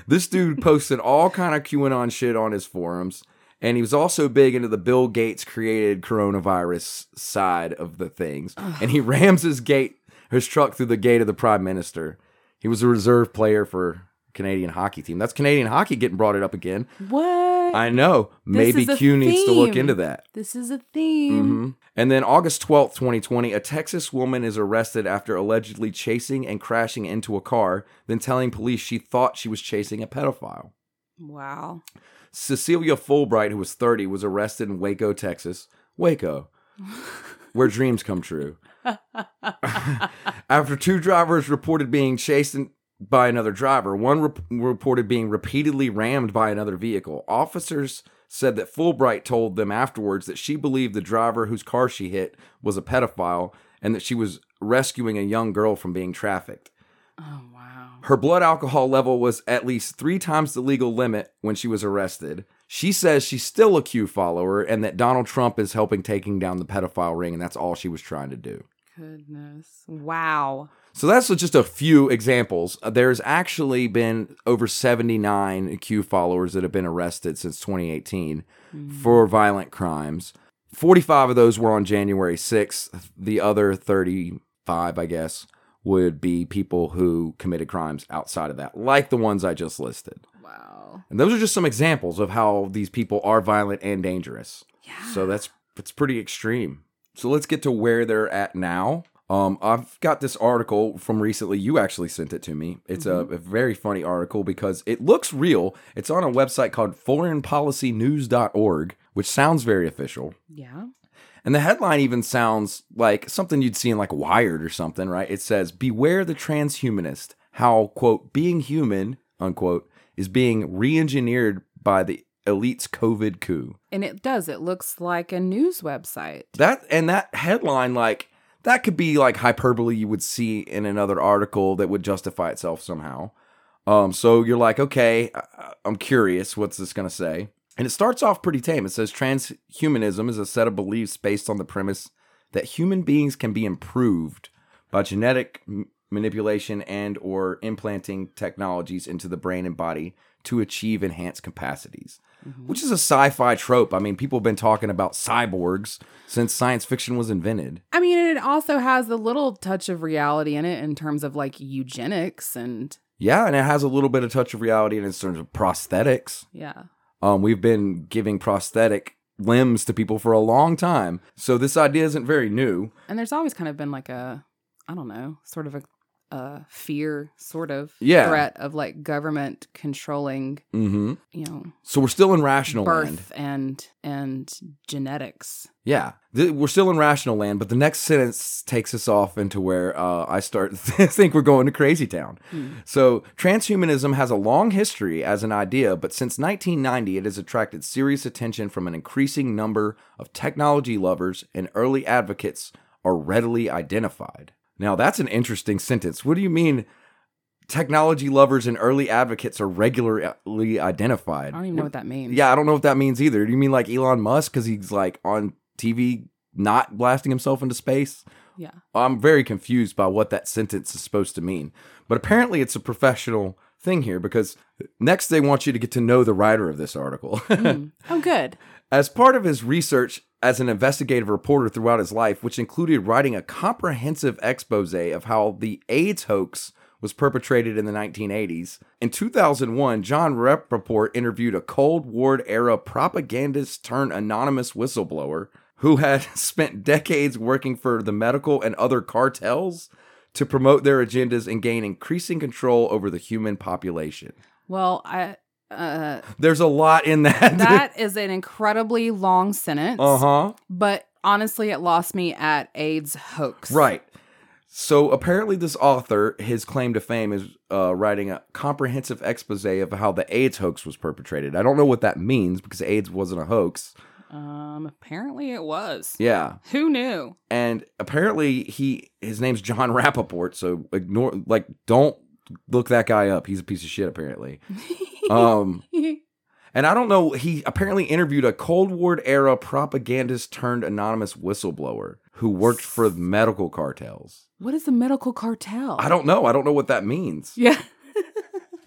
Speaker 2: this dude posted all kind of QAnon shit on his forums, and he was also big into the Bill Gates created coronavirus side of the things. And he rams his gate, his truck through the gate of the prime minister. He was a reserve player for Canadian hockey team. That's Canadian hockey getting brought it up again.
Speaker 1: what?
Speaker 2: I know.
Speaker 1: This
Speaker 2: Maybe
Speaker 1: is a
Speaker 2: Q needs to look
Speaker 1: theme. Mm-hmm.
Speaker 2: into that.
Speaker 1: this is a theme.
Speaker 2: Mhm. And then August 12th, 2020, a Texas woman is arrested after allegedly chasing and crashing into a car, then telling police she thought she was chasing a pedophile. Mm-hmm.
Speaker 1: Wow.
Speaker 2: Cecilia Fulbright, who was 30, was arrested in Waco, Texas. Waco, where dreams come true. After two drivers reported being chased in- by another driver, one rep- reported being repeatedly rammed by another vehicle. Officers said that Fulbright told them afterwards that she believed the driver whose car she hit was a pedophile and that she was rescuing a young girl from being trafficked.
Speaker 1: Oh wow.
Speaker 2: Her blood alcohol level was at least three times the legal limit when she was arrested. She says she's still a Q follower and that Donald Trump is helping taking down the pedophile ring, and that's all she was trying to do.
Speaker 1: Goodness. Wow.
Speaker 2: So that's just a few examples. Uh, There's actually been over 79 Q followers that have been arrested since 2018 for violent crimes. 45 of those were on January 6th. The other 35, I guess, would be people who committed crimes outside of that, like the ones I just listed.
Speaker 1: Wow.
Speaker 2: And those are just some examples of how these people are violent and dangerous.
Speaker 1: Yeah.
Speaker 2: So that's that's pretty extreme. So let's get to where they're at now. Um, I've got this article from recently. You actually sent it to me. It's a, a very funny article because it looks real. It's on a website called foreignpolicynews.org, which sounds very official.
Speaker 1: yeah.
Speaker 2: And the headline even sounds like something you'd see in like Wired or something, right? It says, Beware the transhumanist, how, quote, being human, unquote, is being re engineered by the elite's COVID coup.
Speaker 1: And it does. It looks like a news website.
Speaker 2: That and that headline, like that could be like hyperbole you would see in another article that would justify itself somehow. Um, so you're like, okay, I- I'm curious, what's this going to say? And it starts off pretty tame. It says transhumanism is a set of beliefs based on the premise that human beings can be improved by genetic m- manipulation and or implanting technologies into the brain and body to achieve enhanced capacities which is a sci-fi trope i mean people have been talking about cyborgs since science fiction was invented
Speaker 3: I mean, it also has a little touch of reality in it in terms of like eugenics and
Speaker 2: yeah and it has a little bit of touch of reality in its terms of prosthetics
Speaker 3: yeah.
Speaker 2: um, we've been giving prosthetic limbs to people for a long time so this idea isn't very new
Speaker 3: And there's always kind of been like a, I don't know, sort of a, a fear, sort of
Speaker 2: Yeah.
Speaker 3: threat of like government controlling,
Speaker 2: hmm
Speaker 3: you know,
Speaker 2: so we're still in rational land
Speaker 3: birth and and genetics.
Speaker 2: Yeah, Th- we're still in rational land, but the next sentence takes us off into where uh, I start <laughs> to think we're going to crazy town.
Speaker 3: Hmm.
Speaker 2: So, transhumanism has a long history as an idea, but since 1990, it has attracted serious attention from an increasing number of technology lovers and early advocates are readily identified. Now, that's an interesting sentence. What do you mean? Technology lovers and early advocates are regularly identified.
Speaker 3: I don't even know what that means.
Speaker 2: Yeah, I don't know what that means either. Do you mean like Elon Musk because he's like on TV not blasting himself into space?
Speaker 3: Yeah.
Speaker 2: I'm very confused by what that sentence is supposed to mean. But apparently, it's a professional thing here because next they want you to get to know the writer of this article.
Speaker 3: Oh, good.
Speaker 2: As part of his research as an investigative reporter throughout his life, which included writing a comprehensive expose of how the AIDS hoax was perpetrated in the 1980s, in 2001, John Rappaport interviewed a Cold War era propagandist turned anonymous whistleblower who had <laughs> spent decades working for the medical and other cartels to promote their agendas and gain increasing control over the human population.
Speaker 3: Well, I uh
Speaker 2: There's a lot in
Speaker 3: <laughs>
Speaker 2: that. <laughs>
Speaker 3: that is an incredibly long sentence,
Speaker 2: uh huh.
Speaker 3: but honestly, it lost me at AIDS hoax.
Speaker 2: Right. So apparently, this author, his claim to fame is uh, writing a comprehensive expose of how the AIDS hoax was perpetrated. I don't know what that means because AIDS wasn't a hoax.
Speaker 3: Um. Apparently, it was.
Speaker 2: Yeah,
Speaker 3: Who knew? <laughs>
Speaker 2: and apparently he his name's John <laughs> Rappaport. So ignore, like, don't look that guy up. He's a piece of shit. Apparently. um. And I don't know, he apparently interviewed a Cold War era propagandist turned anonymous whistleblower who worked for medical cartels.
Speaker 3: what is the medical cartel?
Speaker 2: I don't know. I don't know what that means.
Speaker 3: <laughs> Yeah.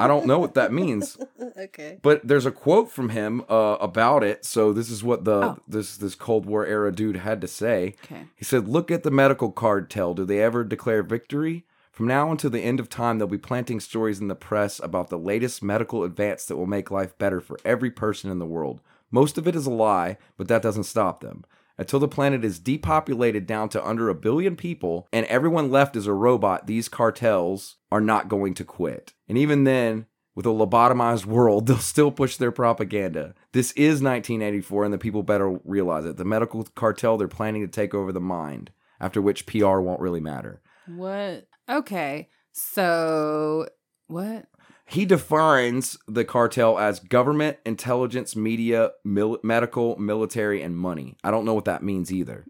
Speaker 2: I don't know what that means.
Speaker 3: okay.
Speaker 2: But there's a quote from him uh, about it. So this is what the
Speaker 3: Oh.
Speaker 2: this this Cold War era dude had to say.
Speaker 3: Okay.
Speaker 2: He said, "Look at the medical cartel. Do they ever declare victory? From now until the end of time, they'll be planting stories in the press about the latest medical advance that will make life better for every person in the world. Most of it is a lie, but that doesn't stop them." Until the planet is depopulated down to under a billion people and everyone left is a robot, these cartels are not going to quit. And even then, with a lobotomized world, <laughs> they'll still push their propaganda. This is 1984, and the people better realize it. The medical cartel, they're planning to take over the mind, after which PR won't really matter.
Speaker 3: What? Okay. So what?
Speaker 2: He defines the cartel as government, intelligence, media, mil- medical, military, and money. I don't know what that means either,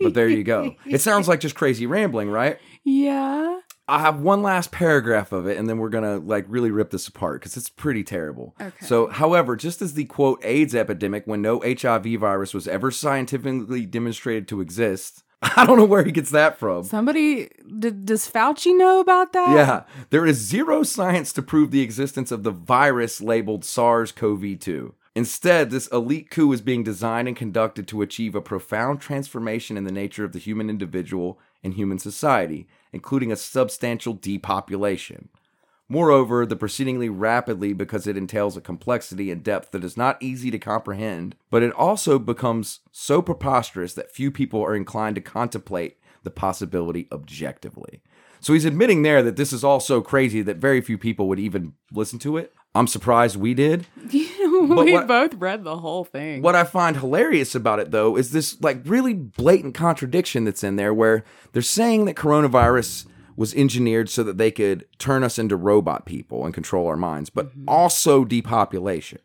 Speaker 2: but there you go. It sounds like just crazy rambling, right?
Speaker 3: <laughs> yeah.
Speaker 2: I have one last paragraph of it, and then we're gonna like really rip this apart because it's pretty terrible.
Speaker 3: Okay.
Speaker 2: So, however, just as the quote AIDS epidemic, when no HIV virus was ever scientifically demonstrated to exist, <laughs> I don't know where he gets that from.
Speaker 3: Somebody d- does Fauci know about that? <laughs>
Speaker 2: <laughs> Yeah, there is zero science to prove the existence of the virus labeled SARS CoV 2. Instead, this elite coup is being designed and conducted to achieve a profound transformation in the nature of the human individual and human society, including a substantial depopulation. Moreover, the proceedingly rapidly because it entails a complexity and depth that is not easy to comprehend, but it also becomes so preposterous that few people are inclined to contemplate the possibility objectively. So he's admitting there that this is all so crazy that very few people would even listen to it. I'm surprised we did. But
Speaker 3: we
Speaker 2: what-
Speaker 3: both read the whole thing.
Speaker 2: What I find hilarious about it though is this like really blatant contradiction that's in there where they're saying that coronavirus was engineered so that they could
Speaker 3: Mm-hmm.
Speaker 2: turn us into robot people and control our minds, but also depopulation.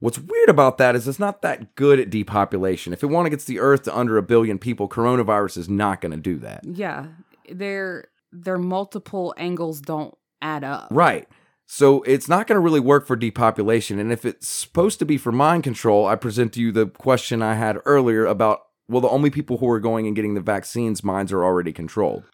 Speaker 2: What's weird about that is it's not that good at depopulation. If it want to gets the Earth to under a billion people, coronavirus is not going to do that.
Speaker 1: Yeah. Their their multiple angles don't add up.
Speaker 2: Right. So it's not going to really work for depopulation. And if it's supposed to be for mind control, I present to you the question I had earlier about well, the only people who are going and getting the vaccines, minds are already controlled.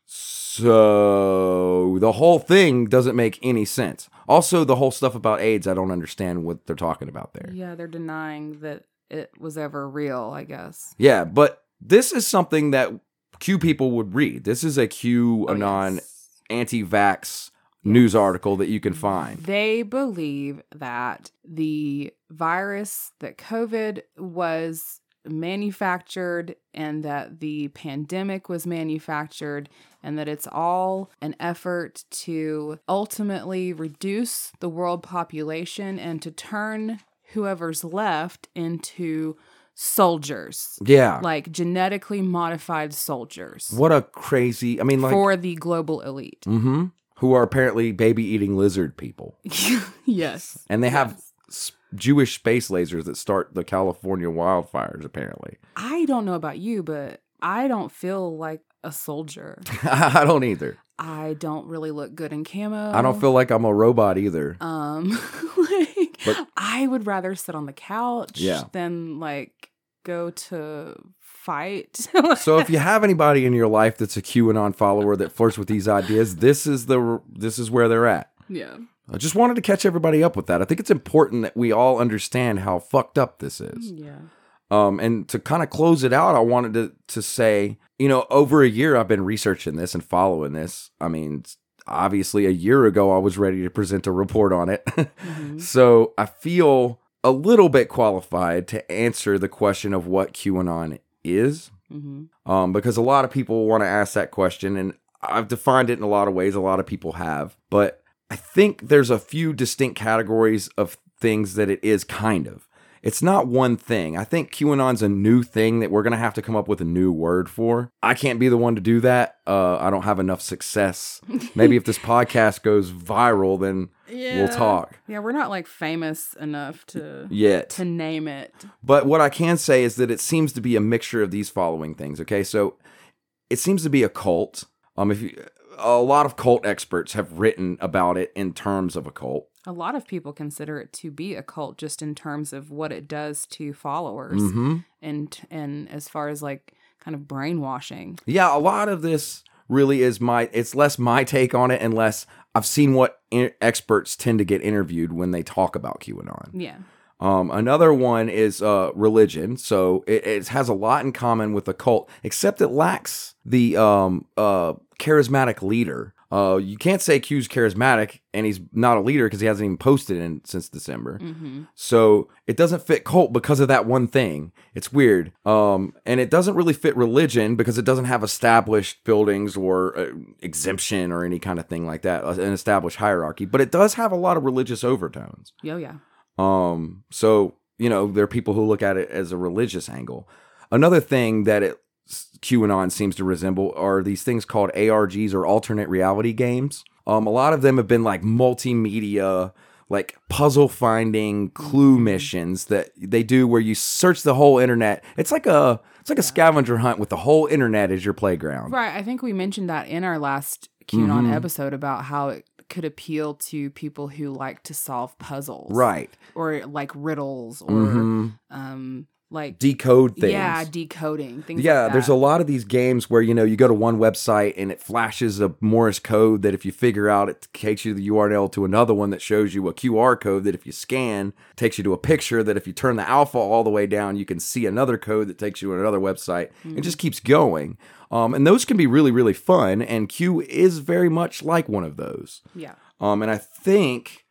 Speaker 2: So the whole thing doesn't make any sense. Also, the whole stuff about AIDS, I don't understand what they're talking about there.
Speaker 1: Yeah, they're denying that it was ever real, I guess.
Speaker 2: Yeah, but this is something that Q people would read. This is a Q
Speaker 1: Oh,
Speaker 2: anon
Speaker 1: yes.
Speaker 2: anti-vax news article that you can find.
Speaker 1: They believe that the virus, that COVID was manufactured and that the pandemic was manufactured and that it's all an effort to ultimately reduce the world population and to turn whoever's left into soldiers
Speaker 2: Yeah.
Speaker 1: like genetically modified soldiers
Speaker 2: what a crazy. I mean like
Speaker 1: for the global elite <laughs>
Speaker 2: mhm, who are apparently baby-eating lizard people.
Speaker 1: yes
Speaker 2: And they have s- Jewish space lasers that start the California wildfires apparently. <laughs>
Speaker 1: I don't know about you, but I don't feel like a soldier.
Speaker 2: I don't either.
Speaker 1: I don't really look good in camo.
Speaker 2: I don't feel like I'm a robot either.
Speaker 1: um <laughs> like
Speaker 2: But-
Speaker 1: I would rather sit on the couch
Speaker 2: Yeah.
Speaker 1: than like go to fight. <laughs>
Speaker 2: so if you have anybody in your life that's a QAnon follower that flirts with these ideas, this is the this is where they're at.
Speaker 1: yeah.
Speaker 2: I just wanted to catch everybody up with that. I think it's important that we all understand how fucked up this is.
Speaker 1: Yeah.
Speaker 2: Um, and to kind of close it out, I wanted to to say, you know, over a year I've been researching this and following this. I mean, obviously a year ago I was ready to present a report on it.
Speaker 1: Mhm.
Speaker 2: <laughs> so I feel a little bit qualified to answer the question of what QAnon is
Speaker 1: Mhm.
Speaker 2: um, because a lot of people want to ask that question, and I've defined it in a lot of ways. A lot of people have, but I think there's a few distinct categories of things that it is kind of. It's not one thing. I think QAnon's a new thing that we're gonna have to come up with a new word for. I can't be the one to do that. Uh, I don't have enough success. Maybe if this podcast goes viral, then we'll talk.
Speaker 1: Yeah, we're not like famous enough to
Speaker 2: Yet.
Speaker 1: to name it.
Speaker 2: But what I can say is that it seems to be a mixture of these following things. Okay, so it seems to be a cult. Um, if you, a lot of cult experts have written about it in terms of a cult.
Speaker 1: A lot of people consider it to be a cult just in terms of what it does to followers.
Speaker 2: Mm-hmm.
Speaker 1: and and as far as like kind of brainwashing.
Speaker 2: Yeah, a lot of this really is my. It's less my take on it, and less I've seen what in, experts tend to get interviewed when they talk about QAnon.
Speaker 1: Yeah.
Speaker 2: Um, another one is uh, religion. So it, it has a lot in common with a cult, except it lacks the um, uh, charismatic leader. Uh, you can't say Q's charismatic and he's not a leader because he hasn't even posted in since December.
Speaker 1: Mm-hmm.
Speaker 2: So it doesn't fit cult because of that one thing. It's weird. Um, and it doesn't really fit religion because it doesn't have established buildings or uh, exemption or any kind of thing like that, uh, an established hierarchy. But it does have a lot of religious overtones.
Speaker 1: Yo, yeah.
Speaker 2: Um, so you know, there are people who look at it as a religious angle. Another thing that it QAnon seems to resemble are these things called ARGs or alternate reality games. Um, a lot of them have been like multimedia, like puzzle finding
Speaker 1: Mm-hmm.
Speaker 2: clue missions that they do where you search the whole internet. It's like a it's like a scavenger hunt with the whole internet as your playground.
Speaker 1: Right. I think we mentioned that in our last QAnon
Speaker 2: Mhm.
Speaker 1: episode about how it could appeal to people who like to solve puzzles,
Speaker 2: Right.
Speaker 1: Or like riddles, or
Speaker 2: Mhm.
Speaker 1: um, like
Speaker 2: Decode things.
Speaker 1: yeah, decoding things. like
Speaker 2: Yeah, there's
Speaker 1: that.
Speaker 2: a lot of these games where you know you go to one website and it flashes a Morse code that if you figure out it takes you to the URL to another one that shows you a QR code that if you scan takes you to a picture that if you turn the alpha all the way down you can see another code that takes you to another website.
Speaker 1: Mm-hmm.
Speaker 2: It just keeps going. Um, and those can be really really fun and Q is very much like one of those.
Speaker 1: yeah.
Speaker 2: Um, and I think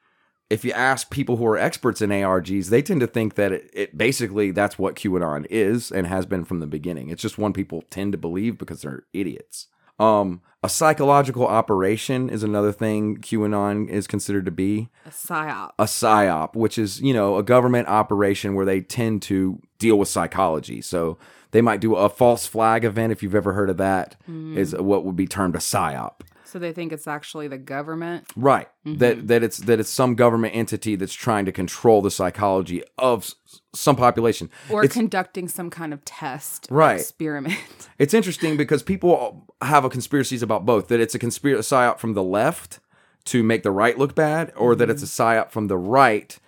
Speaker 2: if you ask people who are experts in ARGs, they tend to think that it, it basically that's what QAnon is and has been from the beginning. It's just one people tend to believe because they're idiots. Um, a psychological operation is another thing QAnon is considered to be
Speaker 1: A psyop.
Speaker 2: a psyop, which is you know a government operation where they tend to deal with psychology. So they might do a false flag event if you've ever heard of that. Is what would be termed a psyop.
Speaker 1: So so they think it's actually the government.
Speaker 2: Right.
Speaker 1: Mhm.
Speaker 2: That that it's that it's some government entity that's trying to control the psychology of s- some population.
Speaker 1: mm-hmm, Or
Speaker 2: It's-
Speaker 1: conducting some kind of test or
Speaker 2: Right.
Speaker 1: experiment. <laughs>
Speaker 2: It's interesting because people have conspiracies about both that it's a conspiracy psyop from the left to make the right look bad, or that it's a
Speaker 1: Mm-hmm.
Speaker 2: psyop from the right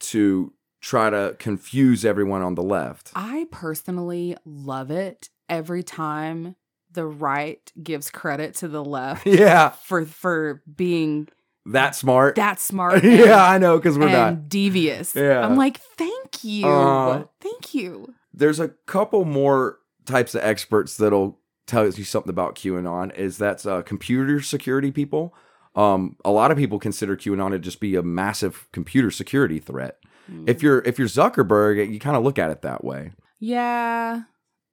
Speaker 2: to try to confuse everyone on the left.
Speaker 1: I personally love it every time the right gives credit to the left <laughs>
Speaker 2: <laughs> Yeah,
Speaker 1: for for being
Speaker 2: that smart. <laughs>
Speaker 1: that smart. and-
Speaker 2: yeah, I know because we're
Speaker 1: and
Speaker 2: not.
Speaker 1: devious.
Speaker 2: Yeah.
Speaker 1: I'm like, thank you.
Speaker 2: Uh.
Speaker 1: thank you.
Speaker 2: there's a couple more types of experts that'll tell you something about QAnon. Is that's uh, computer security people. Um, a lot of people consider QAnon to just be a massive computer security threat.
Speaker 1: Mm,
Speaker 2: If you're if you're Zuckerberg, you kind of look at it that way.
Speaker 1: Yeah.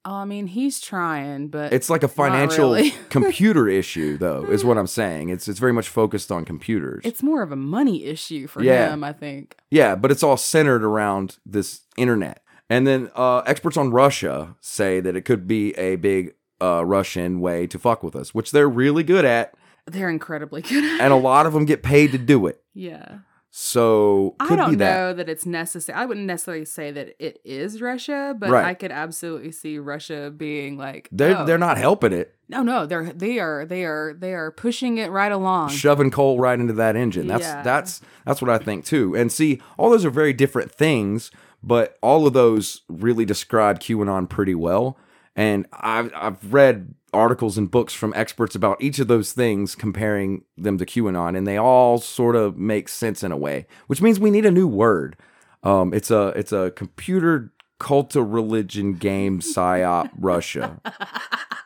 Speaker 1: I mean, he's trying, but
Speaker 2: It's like a financial
Speaker 1: really.
Speaker 2: computer issue, though, is what I'm saying. It's it's very much focused on computers.
Speaker 1: it's more of a money issue for
Speaker 2: Yeah.
Speaker 1: him, I think.
Speaker 2: Yeah, but it's all centered around this internet. And then uh, experts on Russia say that it could be a big uh, Russian way to fuck with us, which they're really good at,
Speaker 1: They're incredibly <laughs> good at
Speaker 2: and a lot of them get paid to do it.
Speaker 1: Yeah.
Speaker 2: So could
Speaker 1: I don't
Speaker 2: be that.
Speaker 1: know that it's necessary. I wouldn't necessarily say that it is Russia, but
Speaker 2: Right.
Speaker 1: I could absolutely see Russia being like
Speaker 2: They're
Speaker 1: oh,
Speaker 2: they're not helping it,
Speaker 1: No, no, they're they are they are they are pushing it right along.
Speaker 2: shoving coal right into that engine. That's
Speaker 1: Yeah.
Speaker 2: that's that's what I think too. And see, all those are very different things, but all of those really describe QAnon pretty well. And I've I've read articles and books from experts about each of those things, comparing them to QAnon, and they all sort of make sense in a way. Which means we need a new word. Um, it's a it's a computer cult of religion game psyop Russia.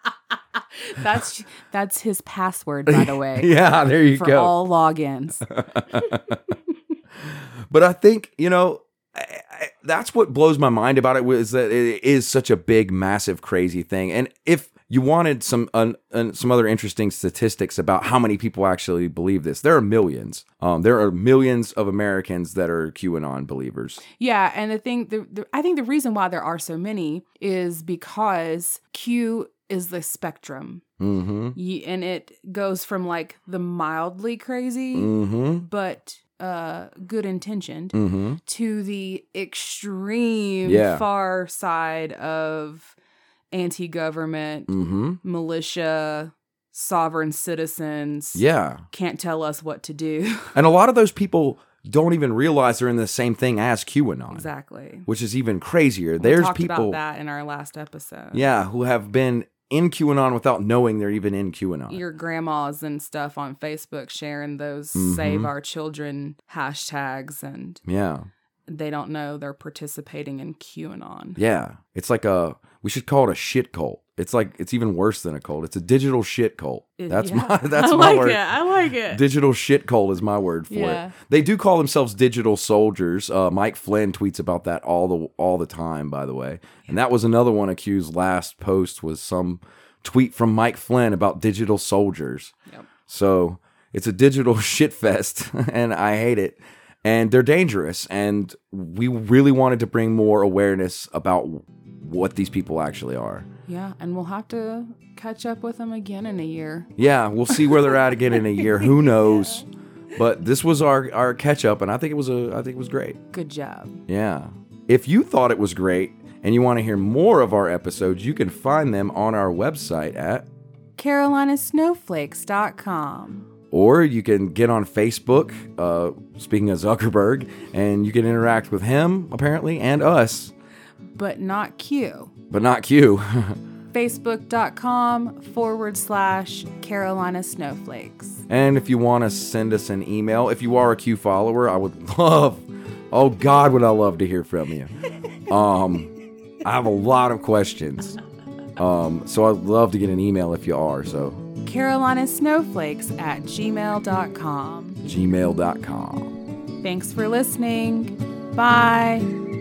Speaker 2: <laughs>
Speaker 1: that's that's his password, by
Speaker 2: <laughs>
Speaker 1: the way.
Speaker 2: Yeah, there you
Speaker 1: for
Speaker 2: go.
Speaker 1: all
Speaker 2: <laughs>
Speaker 1: logins.
Speaker 2: but I think you know I, I, that's what blows my mind about it was that it is such a big, massive, crazy thing. And if you wanted some un, un, some other interesting statistics about how many people actually believe this, there are millions. Um, there are millions of Americans that are QAnon believers.
Speaker 1: yeah, and the thing, the, the, I think the reason why there are so many is because Q is the spectrum,
Speaker 2: Mm-hmm.
Speaker 1: Ye- and it goes from like the mildly crazy
Speaker 2: Mm-hmm.
Speaker 1: but uh good intentioned
Speaker 2: Mm-hmm.
Speaker 1: to the extreme
Speaker 2: Yeah.
Speaker 1: far side of anti-government,
Speaker 2: Mm-hmm.
Speaker 1: militia, sovereign citizens.
Speaker 2: Yeah.
Speaker 1: Can't tell us what to do. <laughs>
Speaker 2: And a lot of those people don't even realize they're in the same thing as QAnon,
Speaker 1: exactly.
Speaker 2: which is even crazier.
Speaker 1: we
Speaker 2: There's
Speaker 1: talked
Speaker 2: people
Speaker 1: about that in our last episode.
Speaker 2: Yeah, who have been in QAnon without knowing they're even in QAnon.
Speaker 1: your grandmas and stuff on Facebook sharing those
Speaker 2: Mhm.
Speaker 1: save our children hashtags and
Speaker 2: yeah,
Speaker 1: they don't know they're participating in QAnon.
Speaker 2: yeah. It's like a we should call it a shit cult. It's like it's even worse than a cult. It's a digital shit cult.
Speaker 1: It-
Speaker 2: That's
Speaker 1: yeah. <laughs>
Speaker 2: my that's
Speaker 1: I
Speaker 2: my
Speaker 1: like
Speaker 2: word.
Speaker 1: it. I like it.
Speaker 2: Digital shit cult is my word for
Speaker 1: Yeah.
Speaker 2: it. They do call themselves digital soldiers. Uh, Mike Flynn tweets about that all the all the time. By the way, and that was another one. Accused last post was some tweet from Mike Flynn about digital soldiers.
Speaker 1: Yep.
Speaker 2: So it's a digital <laughs> shit fest, and I hate it. And they're dangerous. And we really wanted to bring more awareness about what these people actually are.
Speaker 1: Yeah, and we'll have to catch up with them again in a year.
Speaker 2: Yeah, we'll see where they're at again in a year. Who knows? But this was our, our catch up, and I think it was a I think it was great.
Speaker 1: Good job.
Speaker 2: Yeah. If you thought it was great and you want to hear more of our episodes, you can find them on our website at
Speaker 4: carolinasnowflakes.com.
Speaker 2: or you can get on Facebook, uh, speaking of Zuckerberg, and you can interact with him, apparently, and us,
Speaker 1: But not Q.
Speaker 2: but not Q. <laughs>
Speaker 4: Facebook.com forward slash Carolina Snowflakes.
Speaker 2: and if you want to send us an email, if you are a Q follower, I would <laughs> love, oh God, would I love to hear from you. Um, I have a lot of questions. Um, so I'd love to get an email if you are. So
Speaker 4: Carolina Snowflakes at gmail.com.
Speaker 2: gmail.com.
Speaker 4: Thanks for listening. Bye.